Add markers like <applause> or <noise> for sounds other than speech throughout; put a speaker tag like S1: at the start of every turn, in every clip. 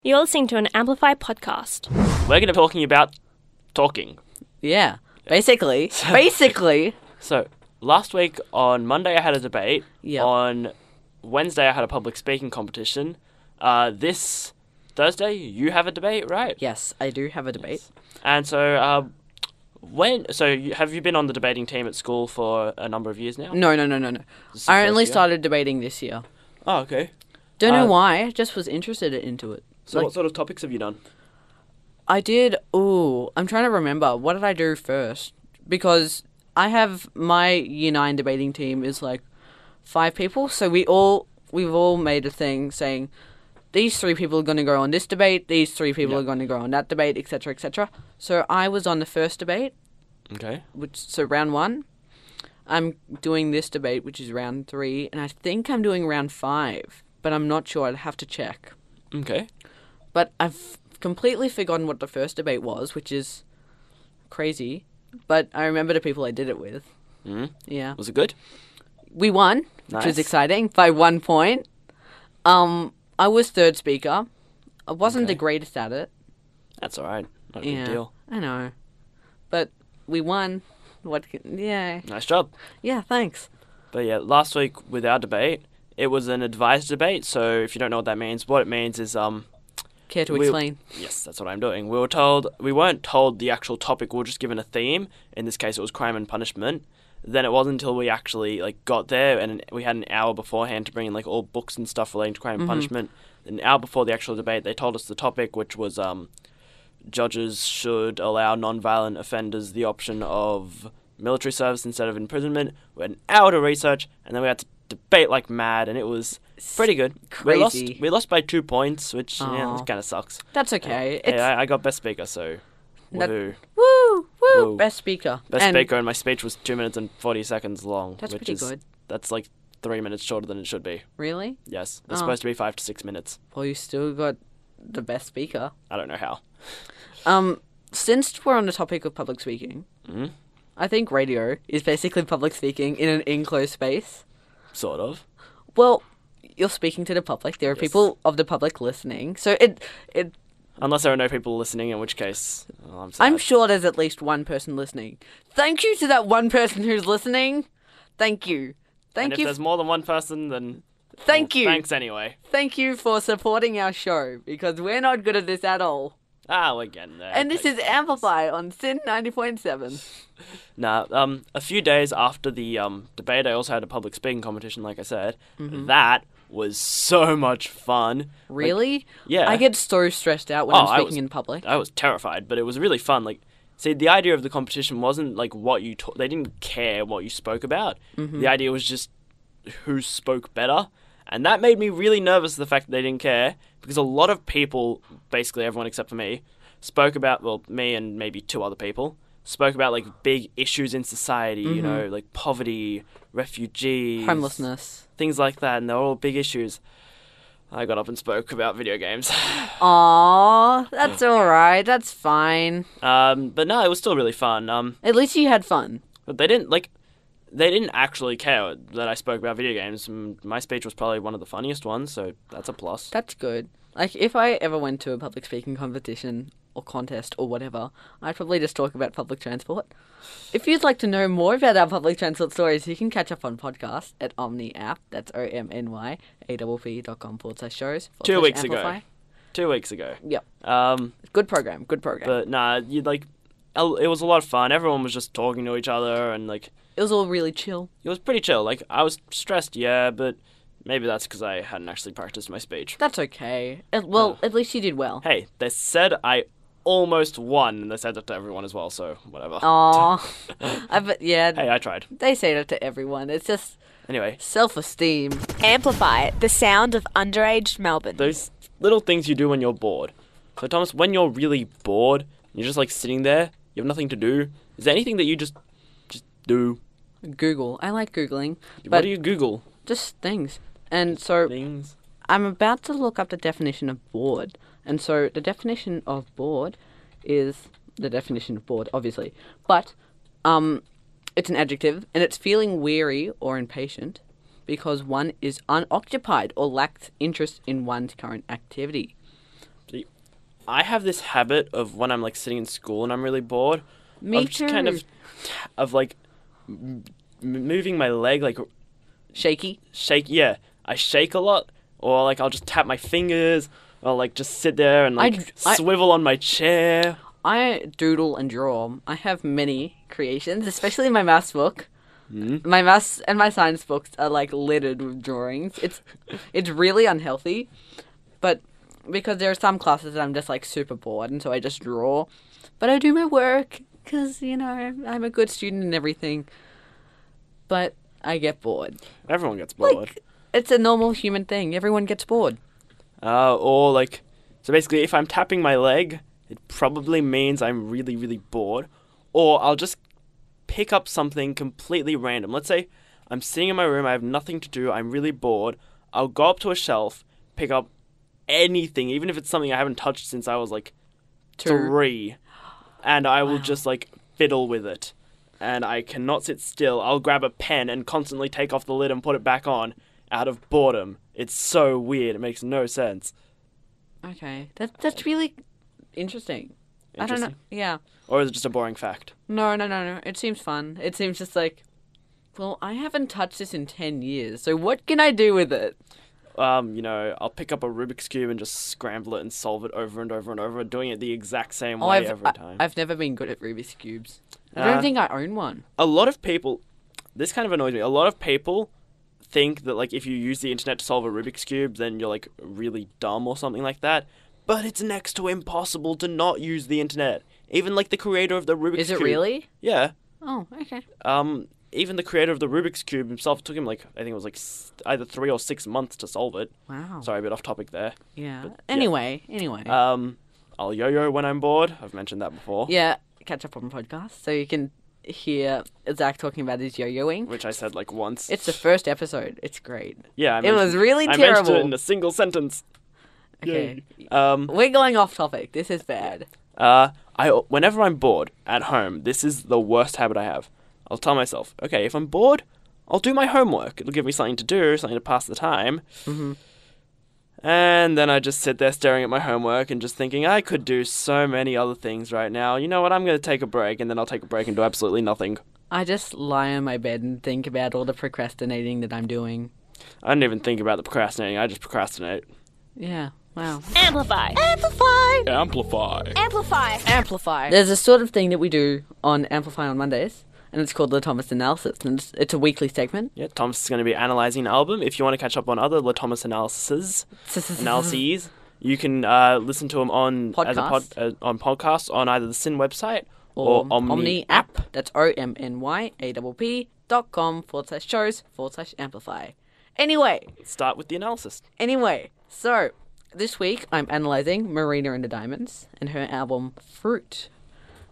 S1: You're listening to an Amplify podcast.
S2: We're going to be talking about talking.
S3: Yeah.
S2: <laughs>
S3: Basically. basically.
S2: So, last week on Monday, I had a debate.
S3: Yep.
S2: On Wednesday, I had a public speaking competition. Uh, this Thursday, you have a debate, right?
S3: Yes, I do have a debate.
S2: And so, um, when so you, have you been on the debating team at school for a number of years now?
S3: No, no, no, no, no.
S2: This is
S3: I
S2: the
S3: only
S2: first year?
S3: started debating this year.
S2: Oh, okay.
S3: Don't know
S2: Uh,
S3: why. I Just was interested into it.
S2: So,
S3: Like,
S2: what sort of topics have you done?
S3: I did. Ooh, I'm trying to remember. What did I do first? Because I have my year nine debating team is like five people, so we all we've all made a thing saying these three people are going to go on this debate, these three people
S2: Yeah.
S3: are going to go on that debate, etc., etc. So I was on the first debate,
S2: Okay.
S3: which so round one. I'm doing this debate, which is round three, and I think I'm doing round five, but I'm not sure. I'd have to check.
S2: Okay.
S3: But I've completely forgotten what the first debate was, which is crazy. But I remember the people I did it with.
S2: Mm.
S3: Yeah,
S2: Was it good?
S3: we won, which
S2: Nice.
S3: was exciting by one point. Um, I was third speaker. I wasn't the
S2: Okay.
S3: greatest at it.
S2: That's all right. Not a
S3: yeah,
S2: big deal.
S3: I know, but we won. What? Can, yeah,
S2: Nice job.
S3: yeah. Thanks.
S2: But yeah, last week with our debate, it was an advised debate. So if you don't know what that means, what it means is um,
S3: Care to
S2: We-
S3: explain?
S2: Yes, that's what I'm doing. We were told we weren't told the actual topic. We were just given a theme. In this case, it was crime and punishment. Then it wasn't until we actually like got there and we had an hour beforehand to bring in like all books and stuff relating to crime
S3: Mm-hmm.
S2: and punishment. An hour before the actual debate, they told us the topic, which was um, judges should allow non-violent offenders the option of military service instead of imprisonment. We had an hour to research, and then we had to debate like mad, and it was pretty good. We
S3: crazy.
S2: lost. We lost by two points, which yeah,
S3: Aw.
S2: kind of sucks.
S3: That's okay. It's
S2: Hey, I, I got best speaker, so
S3: That-
S2: woohoo.
S3: woo, woo
S2: Woo.
S3: Best speaker.
S2: Best
S3: and
S2: speaker, and my speech was two minutes and forty seconds long.
S3: That's
S2: which
S3: pretty
S2: is-
S3: good.
S2: That's like three minutes shorter than it should be.
S3: Really?
S2: Yes, it's
S3: Oh.
S2: supposed to be five to six minutes.
S3: Well, you still got the best speaker.
S2: I don't know how.
S3: Um, since we're on the topic of public speaking,
S2: Mhm.
S3: I think radio is basically public speaking in an enclosed space.
S2: Sort of.
S3: Well, you're speaking to the public. There are
S2: Yes.
S3: people of the public listening. So it, it.
S2: Unless there are no people listening, in which case oh, I'm sad.
S3: I'm sure there's at least one person listening. Thank you to that one person who's listening. Thank you.
S2: and
S3: Thank
S2: if
S3: you.
S2: there's more than one person, then
S3: Thank you.
S2: Thanks anyway.
S3: Thank you for supporting our show because we're not good at this at all.
S2: Ah, we're getting there.
S3: And this
S2: Okay.
S3: is Amplify on Sin 90.7.
S2: Nah, um, a few days after the um, debate, I also had a public speaking competition, like I said. That was so much fun. Like,
S3: Mm-hmm. Really?
S2: yeah.
S3: I get so stressed out when
S2: Oh,
S3: I'm
S2: I
S3: speaking
S2: was-
S3: in public.
S2: I was terrified, but it was really fun. Like, see, the idea of the competition wasn't like what you ta- they didn't care what you spoke about. The idea was just who spoke better, and that made me really nervous. The fact that they didn't care because a lot of people, basically everyone except for me, spoke about well, me and maybe two other people spoke about like big issues in society. You know, like poverty, refugees,
S3: Homelessness.
S2: things like that, and they're all big issues. I got up and spoke about video games. <laughs>
S3: Aw, that's all right. That's fine.
S2: Um, but no, it was still really fun. Um,
S3: At least you had fun.
S2: But they didn't like. They didn't actually care that I spoke about video games. Mm, My speech was probably one of the funniest ones, so that's a plus.
S3: That's good. Like, if I ever went to a public speaking competition or contest or whatever, I'd probably just talk about public transport. If you'd like to know more about our public transport stories, you can catch up on podcast at Omni app. That's O M N Y A P P dot com forward slash shows. forward
S2: Two
S3: slash
S2: weeks ago.
S3: Amplify.
S2: Two weeks ago.
S3: Yep.
S2: Um,
S3: Good program. Good program.
S2: but nah, you like, el- it was a lot of fun. Everyone was just talking to each other, and like,
S3: it was all really chill.
S2: it was pretty chill. Like, I was stressed, yeah, but maybe that's because I hadn't actually practiced my speech.
S3: That's okay. At, well, at least you did well.
S2: Hey, they said I almost won, and they said that to everyone as well. So whatever.
S3: Aw. I bet, yeah,
S2: Hey, I tried.
S3: they say that to everyone. It's just
S2: Anyway,
S3: self esteem.
S4: Amplify the sound of underage Melbourne.
S2: those little things you do when you're bored. So Thomas, when you're really bored, you're just like sitting there, you have nothing to do. Is there anything that you just just do?
S3: Google. I like Googling,
S2: what
S3: but
S2: do you Google?
S3: just things. And so
S2: Things.
S3: I'm about to look up the definition of bored. And so the definition of bored is the definition of bored, obviously. But um, it's an adjective, and it's feeling weary or impatient because one is unoccupied or lacks interest in one's current activity.
S2: So I have this habit of when I'm like sitting in school and I'm really bored,
S3: Me
S2: of just kind
S3: too.
S2: of of like m- m- moving my leg like
S3: Shaky.
S2: shake. Yeah, I shake a lot, or like I'll just tap my fingers, or like just sit there and
S3: I-
S2: like
S3: I-
S2: swivel on my chair.
S3: I doodle and draw. I have many creations, especially in my maths book.
S2: Hmm?
S3: My maths and my science books are like littered with drawings. It's <laughs> it's really unhealthy, but because there are some classes that I'm just like super bored, and so I just draw. But I do my work because you know I'm a good student and everything. But I get bored.
S2: Everyone gets bored.
S3: It's a normal human thing. Everyone gets bored.
S2: Uh, or like, so basically, if I'm tapping my leg, it probably means I'm really, really bored. Or I'll just pick up something completely random. Let's say I'm sitting in my room, I have nothing to do, I'm really bored. I'll go up to a shelf, pick up anything, even if it's something I haven't touched since I was like
S3: Two.
S2: three, and I will just like fiddle with it. And I cannot sit still. I'll grab a pen and constantly take off the lid and put it back on out of boredom. It's so weird. It makes no sense.
S3: Okay, that that's really interesting. I don't know.
S2: Interesting.
S3: Yeah.
S2: Or is it just a boring fact?
S3: No, no, no, no. It seems fun. It seems just like, well, I haven't touched this in 10 years, so what can I do with it?
S2: Um, you know, I'll pick up a Rubik's cube and just scramble it and solve it over and over and over, doing it the exact same way
S3: Oh, I've,
S2: every time.
S3: I, have never been good at Rubik's Cubes. I don't
S2: Uh,
S3: think I own one.
S2: a lot of people this kind of annoys me a lot of people think that like if you use the internet to solve a rubik's cube then you're like really dumb or something like that but it's next to impossible to not use the internet even like the creator of the rubik's
S3: Is it
S2: cube
S3: really?
S2: yeah
S3: Oh, okay.
S2: um even the creator of the rubik's cube himself it took him like i think it was like s- either 3 or 6 months to solve it
S3: Wow.
S2: sorry a bit off topic there
S3: Yeah. Anyway, anyway.
S2: um I'll yo-yo when I'm bored. I've mentioned that before.
S3: yeah, catch up on podcast, so you can hear Zach talking about his yo-yoing.
S2: Which I said like once.
S3: It's the first episode. It's great.
S2: yeah. I
S3: it was
S2: mentioned-
S3: really
S2: I mentioned it
S3: terrible.
S2: in a single sentence.
S3: Okay.
S2: Um.
S3: We're going off topic. This is bad.
S2: Uh, I whenever I'm bored at home, this is the worst habit I have. I'll tell myself, okay, if I'm bored, I'll do my homework. It'll give me something to do, something to pass the time.
S3: Mm-hmm.
S2: And then I just sit there staring at my homework and just thinking, I could do so many other things right now. You know what? I'm going to take a break, and then I'll take a break and do absolutely nothing.
S3: I just lie on my bed and think about all the procrastinating that I'm doing.
S2: I don't even think about the procrastinating. I just procrastinate.
S3: Yeah. Wow.
S4: Amplify. Amplify.
S5: Amplify.
S4: Amplify. Amplify.
S3: There's a sort of thing that we do on Amplify on Mondays, and it's called the Thomas Analysis, and it's, it's a weekly segment.
S2: Yeah, Thomas is going to be analysing an album. If you want to catch up on other La Thomas
S3: <laughs>
S2: analyses, analyses, you can uh, listen to them on as a pod, uh, on podcasts on either the Sin website or, Omni, app.
S3: That's O M N Y A P P dot com forward slash shows forward slash amplify. Anyway,
S2: Start with the analysis.
S3: anyway, so this week I'm analysing Marina and the Diamonds and her album Fruit,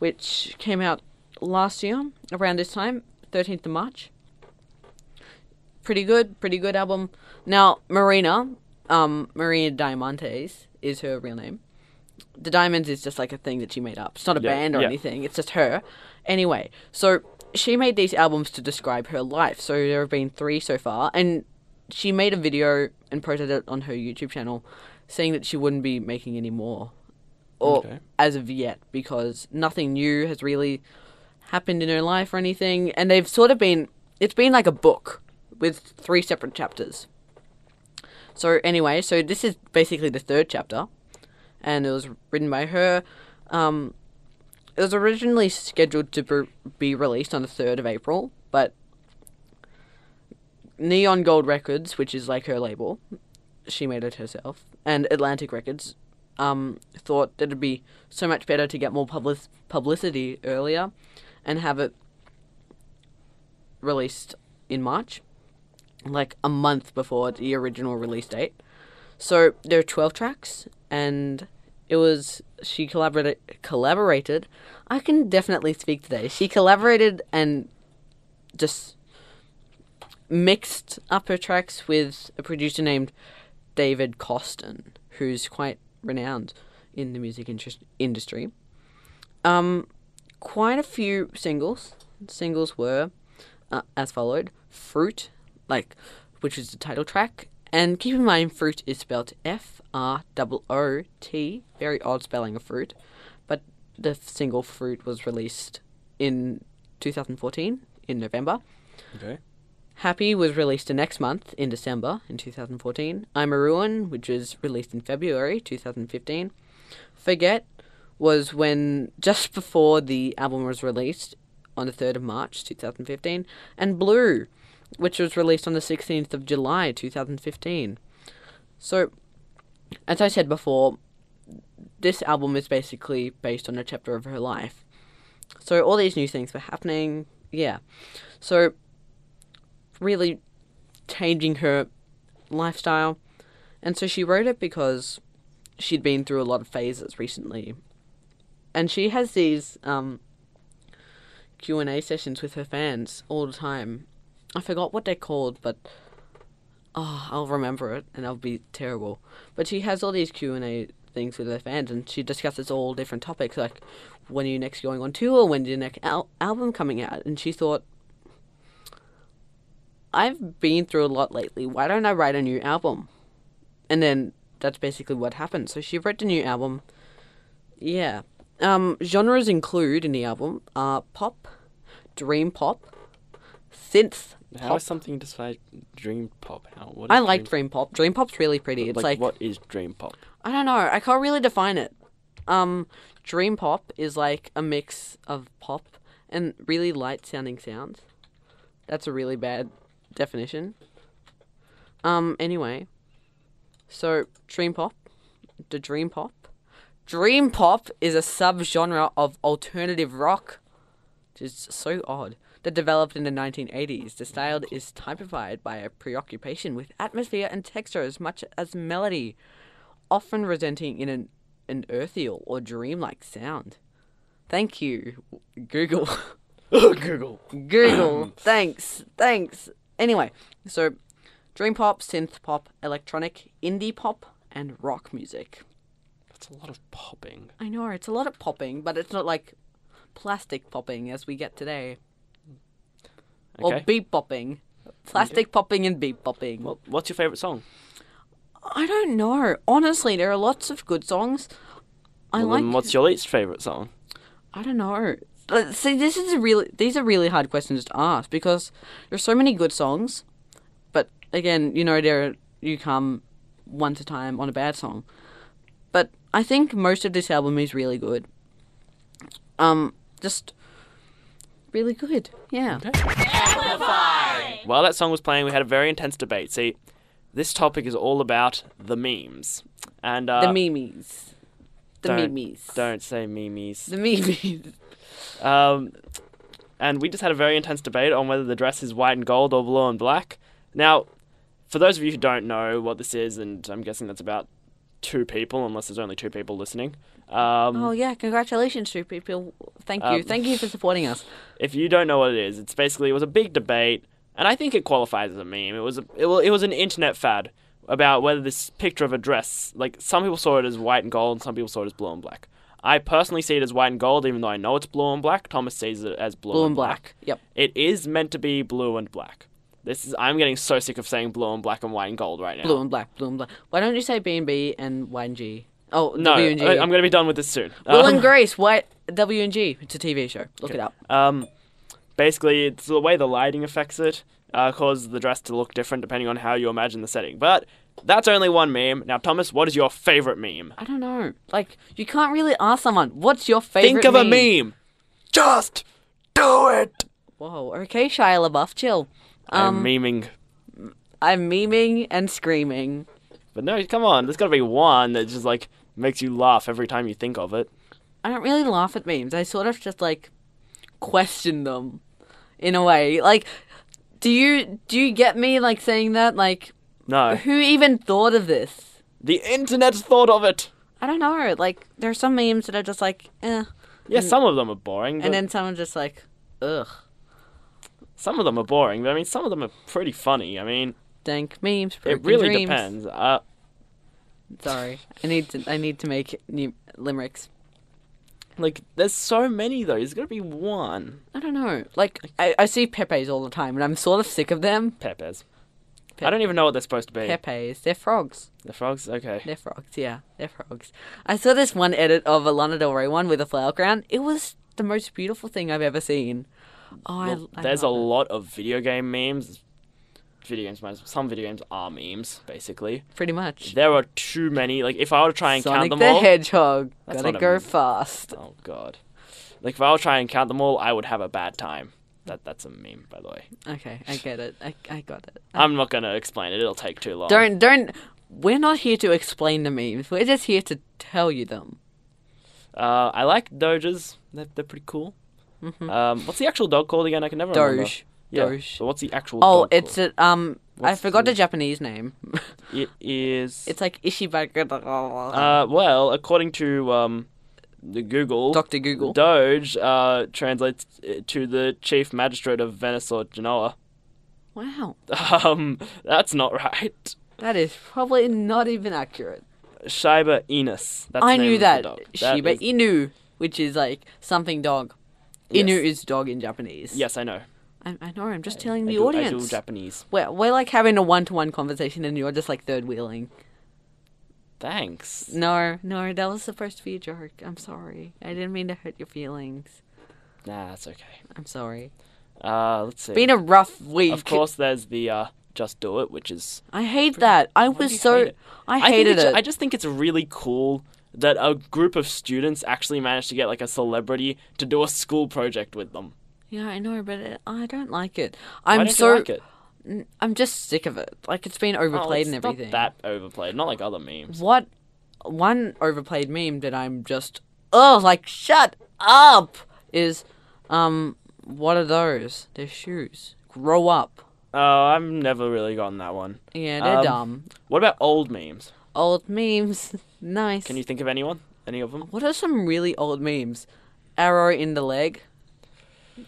S3: which came out last year around this time, 13th of March. pretty good, pretty good album. Now, Marina, um, Maria Diamantes is her real name. The Diamonds is just like a thing that she made up. It's not a
S2: Yeah,
S3: band or
S2: yeah.
S3: anything. It's just her. Anyway, so she made these albums to describe her life. So there have been three so far, and she made a video and posted it on her YouTube channel, saying that she wouldn't be making any more, or
S2: Okay.
S3: as of yet, because nothing new has really happened in her life or anything. And they've sort of been, it's been like a book with three separate chapters. So, anyway, so this is basically the third chapter, and it was written by her. Um, it was originally scheduled to be- be released on the 3rd of April, but Neon Gold Records, which is like her label, she made it herself, and Atlantic Records um, thought that it'd be so much better to get more public- publicity earlier and have it released in March, like a month before the original release date. So there are 12 tracks, and it was she collaborated collaborated. I can definitely speak today. She collaborated and just mixed up her tracks with a producer named David Costin, who's quite renowned in the music interest- industry. Um, quite a few singles. Singles were uh, as followed: "Fruit," like which is the title track, And keep in mind, fruit is spelled F R O O T. Very odd spelling of fruit. But the single fruit was released in 2014 in November.
S2: Okay.
S3: Happy was released the next month in December in 2014. I'm a Ruin, which was released in February 2015. Forget was when just before the album was released on the 3rd of March 2015, and Blue, which was released on the 16th of July 2015. So, as I said before, this album is basically based on a chapter of her life. So, all these new things were happening, yeah. So, really changing her lifestyle. And so she wrote it because she'd been through a lot of phases recently. And she has these um, Q&A sessions with her fans all the time. I forgot what they're called, but oh, I'll remember it and I'll be terrible. But she has all these Q&A things with her fans and she discusses all different topics like when are you next going on tour, when's your next al- album coming out? And she thought I've been through a lot lately. Why don't I write a new album? And then that's basically what happened. So she wrote a new album. Yeah. Um, genres include in the album are pop, dream pop, synth
S2: How
S3: pop.
S2: is something just like dream pop? How? What is
S3: I like
S2: dream-
S3: dream pop. Dream pop's really pretty. It's
S2: Like,
S3: like,
S2: what is dream pop?
S3: I don't know. I can't really define it. Um, dream pop is like a mix of pop and really light sounding sounds. That's a really bad definition. Um, anyway, so dream pop, the dream pop, dream pop is a subgenre of alternative rock, which is so odd. That developed in the 1980s. The style is typified by a preoccupation with atmosphere and texture as much as melody often resenting in an, an earthial or dreamlike sound. Thank you,
S2: <laughs>
S3: Google.
S2: Oh, Google. Um,
S3: Google. thanks. Thanks. Anyway, so dream pop, synth pop, electronic, indie pop, and rock music.
S2: That's a lot of popping.
S3: I know it's a lot of popping, but it's not like plastic popping as we get today, or
S2: Okay.
S3: beat popping. Plastic popping and beat popping.
S2: well, what's your favorite song?
S3: I don't know. Honestly, there are lots of good songs. I
S2: Well,
S3: like.
S2: then what's your least favorite song?
S3: I don't know. But see, this is a really these are really hard questions to ask because there's so many good songs, but again, you know, there you come once a time on a bad song. But I think most of this album is really good. Um, just really good. Yeah.
S2: While that song was playing, we had a very intense debate. See, this topic is all about the memes, and uh,
S3: The memes. The
S2: don't-
S3: memes.
S2: Don't say memes.
S3: The memes.
S2: Um, and we just had a very intense debate on whether the dress is white and gold or blue and black. Now, for those of you who don't know what this is, and I'm guessing that's about two people, unless there's only two people listening. Um,
S3: Oh yeah, congratulations to people. Thank you.
S2: Um,
S3: Thank you for supporting us.
S2: if you don't know what it is, it's basically it was a big debate, and I think it qualifies as a meme. It was a, it, wa- it was an internet fad about whether this picture of a dress, like some people saw it as white and gold, and some people saw it as blue and black. I personally see it as white and gold, even though I know it's blue and black. Thomas sees it as blue,
S3: Blue and black. Yep.
S2: It is meant to be blue and black. This is I'm getting so sick of saying blue and black and white and gold right now.
S3: Blue and black, blue and black. Why don't you say B and B and Y and G? Oh,
S2: no,
S3: W and G.
S2: I, am gonna be done with this soon.
S3: Will
S2: Um,
S3: and Grace, White W and G. It's a TV show. Look it up.
S2: Um, basically, it's the way the lighting affects it uh, causes the dress to look different depending on how you imagine the setting. But that's only one meme. Now, Thomas, what is your favorite meme?
S3: I don't know. Like you can't really ask someone what's your favorite.
S2: Think of a meme. Just do it.
S3: Whoa. Okay, Shia LaBeouf, chill. Um,
S2: I'm memeing.
S3: I'm memeing and screaming.
S2: But no, come on. There's got to be one that just like makes you laugh every time you think of it.
S3: I don't really laugh at memes. I sort of just like question them in a way. Like, do you do you get me like saying that? Like, <laughs>
S2: No,
S3: who even thought of this?
S2: the internet thought of it.
S3: I don't know. Like, there are some memes that are just like, eh.
S2: Yeah, some of them are boring. but
S3: And then someone just like, ugh.
S2: some of them are boring. But I mean, some of them are pretty funny. I mean,
S3: Dank memes.
S2: it
S3: broken
S2: really
S3: dreams.
S2: depends. Uh,
S3: Sorry, I need to. I need to make new limericks.
S2: like, there's so many though. There's got to be one.
S3: I don't know. Like, I, I see Pepe's all the time, and I'm sort of sick of them.
S2: Pepe's. I don't even know what they're supposed to be.
S3: Pepes. They're frogs.
S2: The frogs? Okay.
S3: They're frogs. Yeah, they're frogs. I saw this one edit of a Lana Del Rey one with a flower crown. It was the most beautiful thing I've ever seen. Oh, I-
S2: Well,
S3: I,
S2: there's a
S3: love it.
S2: lot of video game memes. Video games, might as- some video games are memes, basically.
S3: pretty much.
S2: There are too many. Like, if I were to try and
S3: Sonic
S2: count them
S3: the
S2: all,
S3: Hedgehog.
S2: That's
S3: Gotta
S2: not a
S3: go
S2: meme.
S3: fast.
S2: oh god, like if I were to try and count them all, I would have a bad time. That that's a meme, by the way.
S3: Okay, I get it. I, I got it.
S2: I'm not gonna explain it. It'll take too long.
S3: Don't don't. We're not here to explain the memes. We're just here to tell you them.
S2: Uh, I like Doges. They're, they're pretty cool. Um, what's the actual dog called again? I can never remember.
S3: Mm-hmm. Doge.
S2: Yeah.
S3: Doge.
S2: But what's the actual?
S3: Oh,
S2: dog
S3: it's
S2: called?
S3: a, um. I
S2: What's
S3: forgot
S2: the-
S3: the Japanese name. <laughs>
S2: it is.
S3: it's like Ishibaku.
S2: Uh, well, according to um, the Google,
S3: Dr. Google.
S2: Doge uh, translates to the chief magistrate of Venice or Genoa. <laughs>
S3: wow,
S2: Um, that's not right.
S3: that is probably not even accurate.
S2: Shiba Inus. That's the
S3: I
S2: name
S3: knew
S2: of the
S3: that.
S2: dog. That
S3: Shiba
S2: is-
S3: Inu, which is like something dog. Inu is dog in Japanese.
S2: Yes, I know.
S3: I, I know. I'm just telling
S2: I
S3: the
S2: do, I do
S3: audience.
S2: Japanese.
S3: we're, we're like having a one-to-one conversation, and you're just like third wheeling.
S2: Thanks.
S3: No, no, that was supposed to be a joke. I'm sorry. I didn't mean to hurt your feelings.
S2: Nah, that's okay.
S3: I'm sorry.
S2: Uh, let's see.
S3: Been a rough week.
S2: of course, there's the uh, Just Do It, which is
S3: I hate that. I
S2: do
S3: was
S2: you
S3: so.
S2: hate it?
S3: I
S2: think
S3: hated
S2: it's-
S3: it.
S2: I just think it's really cool that a group of students actually managed to get like a celebrity to do a school project with them.
S3: yeah, I know, but it, I don't like it.
S2: Why
S3: I'm
S2: don't you
S3: so.
S2: like it?
S3: I'm just sick of it. Like it's been
S2: Oh,
S3: overplayed
S2: it's
S3: and everything.
S2: Not that overplayed, not like other memes.
S3: What one overplayed meme that I'm just oh like shut up is um what are those? They're shoes. Grow up.
S2: Oh, I've never really gotten that one.
S3: Yeah, they're
S2: Um,
S3: dumb.
S2: What about old memes?
S3: Old memes. <laughs> nice.
S2: Can you think of anyone? Any of them?
S3: What are some really old memes? Arrow in the leg.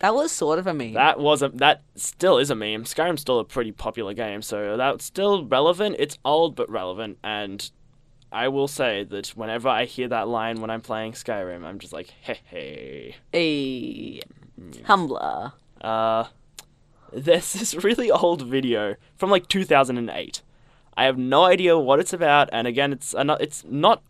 S3: That was sort of a meme.
S2: That was a that still is a meme. Skyrim's still a pretty popular game, so that's still relevant. It's old but relevant, and I will say that whenever I hear that line when I'm playing Skyrim, I'm just like, hey, hey.
S3: a Tumblr.
S2: Uh, there's this really old video from like 2008. I have no idea what it's about, and again, it's ano- it's not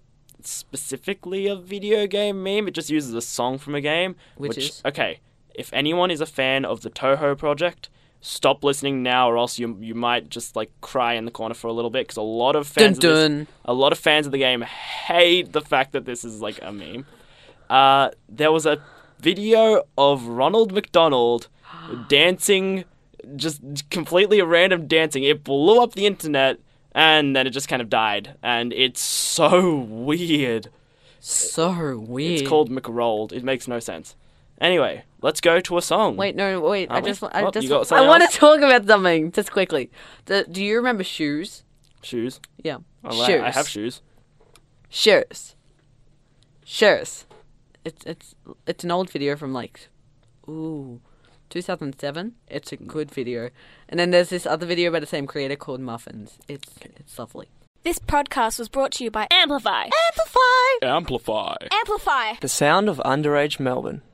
S2: specifically a video game meme. It just uses a song from a game,
S3: Which is?
S2: okay. If anyone is a fan of the Toho project, stop listening now, or else you you might just like cry in the corner for a little bit because a lot of
S3: Dun
S2: fans of this-
S3: dun.
S2: a lot of fans of the game hate the fact that this is like a meme. Uh, there was a video of Ronald
S3: <gasps>
S2: McDonald dancing, just completely random dancing. It blew up the internet and then it just kind of died. And it's so <laughs> weird.
S3: So weird.
S2: It's called McRolled. It makes no sense. Anyway, let's go to a song.
S3: Wait, no, wait. I
S2: Aren't we?
S3: just, wa- I
S2: Oh,
S3: just,
S2: you got
S3: wa- I
S2: something
S3: want
S2: else?
S3: to talk about something just quickly. The, do you remember shoes?
S2: Shoes.
S3: Yeah,
S2: Oh,
S3: shoes.
S2: I, I have shoes.
S3: Shoes. Shoes. It's it's it's an old video from like, ooh, 2007. It's a good video. And then there's this other video by the same creator called Muffins. It's it's lovely.
S1: This podcast was brought to you by Amplify.
S4: Amplify.
S5: Amplify.
S4: Amplify.
S6: The sound of underage Melbourne.